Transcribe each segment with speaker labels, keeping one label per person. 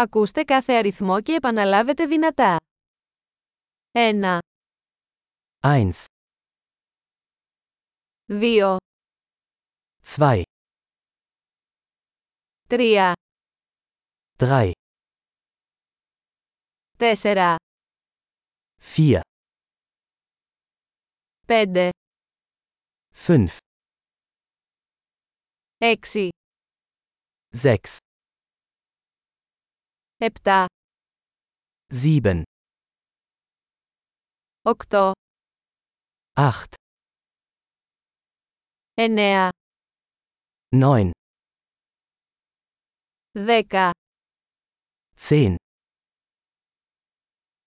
Speaker 1: Ακούστε κάθε αριθμό και επαναλάβετε δυνατά. 1,
Speaker 2: 1,
Speaker 1: 2,
Speaker 2: 2,
Speaker 1: 3,
Speaker 2: 3,
Speaker 1: 4,
Speaker 2: 4,
Speaker 1: 5,
Speaker 2: 5,
Speaker 1: 6,
Speaker 2: 6,
Speaker 1: 7,
Speaker 2: 7,
Speaker 1: 8,
Speaker 2: 8,
Speaker 1: 9,
Speaker 2: 9,
Speaker 1: 10,
Speaker 2: 10,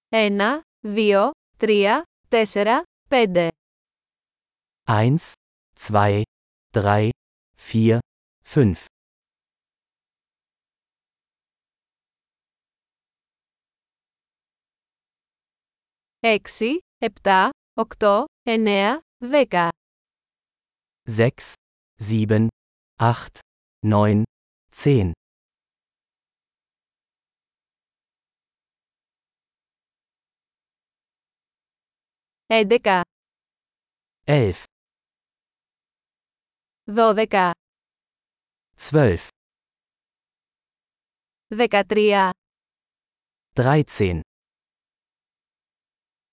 Speaker 1: 1, 2, 3, 4, 5,
Speaker 2: 1, 2, 3, 4, 5,
Speaker 1: 6, 7, 8, 9, 10,
Speaker 2: 6, 7, 8, 9, 10,
Speaker 1: 11,
Speaker 2: 11,
Speaker 1: 12,
Speaker 2: 12,
Speaker 1: 13,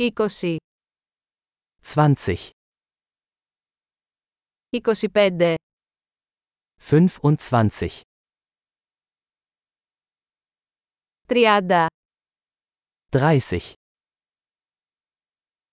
Speaker 2: 20,
Speaker 1: 25,
Speaker 2: 25,
Speaker 1: 30, 40, 50, 60, 70, 80, 90,
Speaker 2: 30, 40, 50, 60, 70, 80, 90,
Speaker 1: 100,
Speaker 2: 100,
Speaker 1: 1000,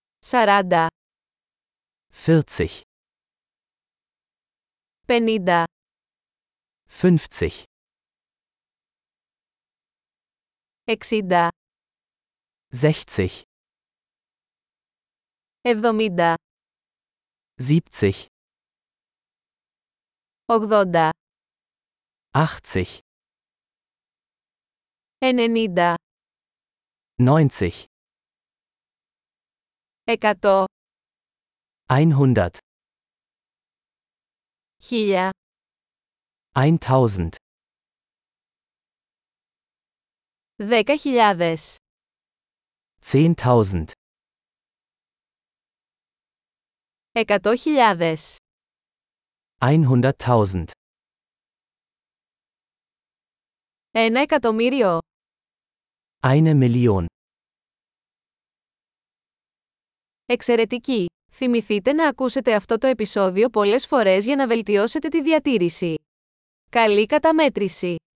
Speaker 2: 1000,
Speaker 1: 10.000,
Speaker 2: 10.000,
Speaker 1: 100.000,
Speaker 2: 100.000,
Speaker 1: 1 εκατομμύριο,
Speaker 2: eine Million.
Speaker 1: εξαιρετική. Θυμηθείτε να ακούσετε αυτό το επεισόδιο πολλές φορές για να βελτιώσετε τη διατήρηση. Καλή καταμέτρηση.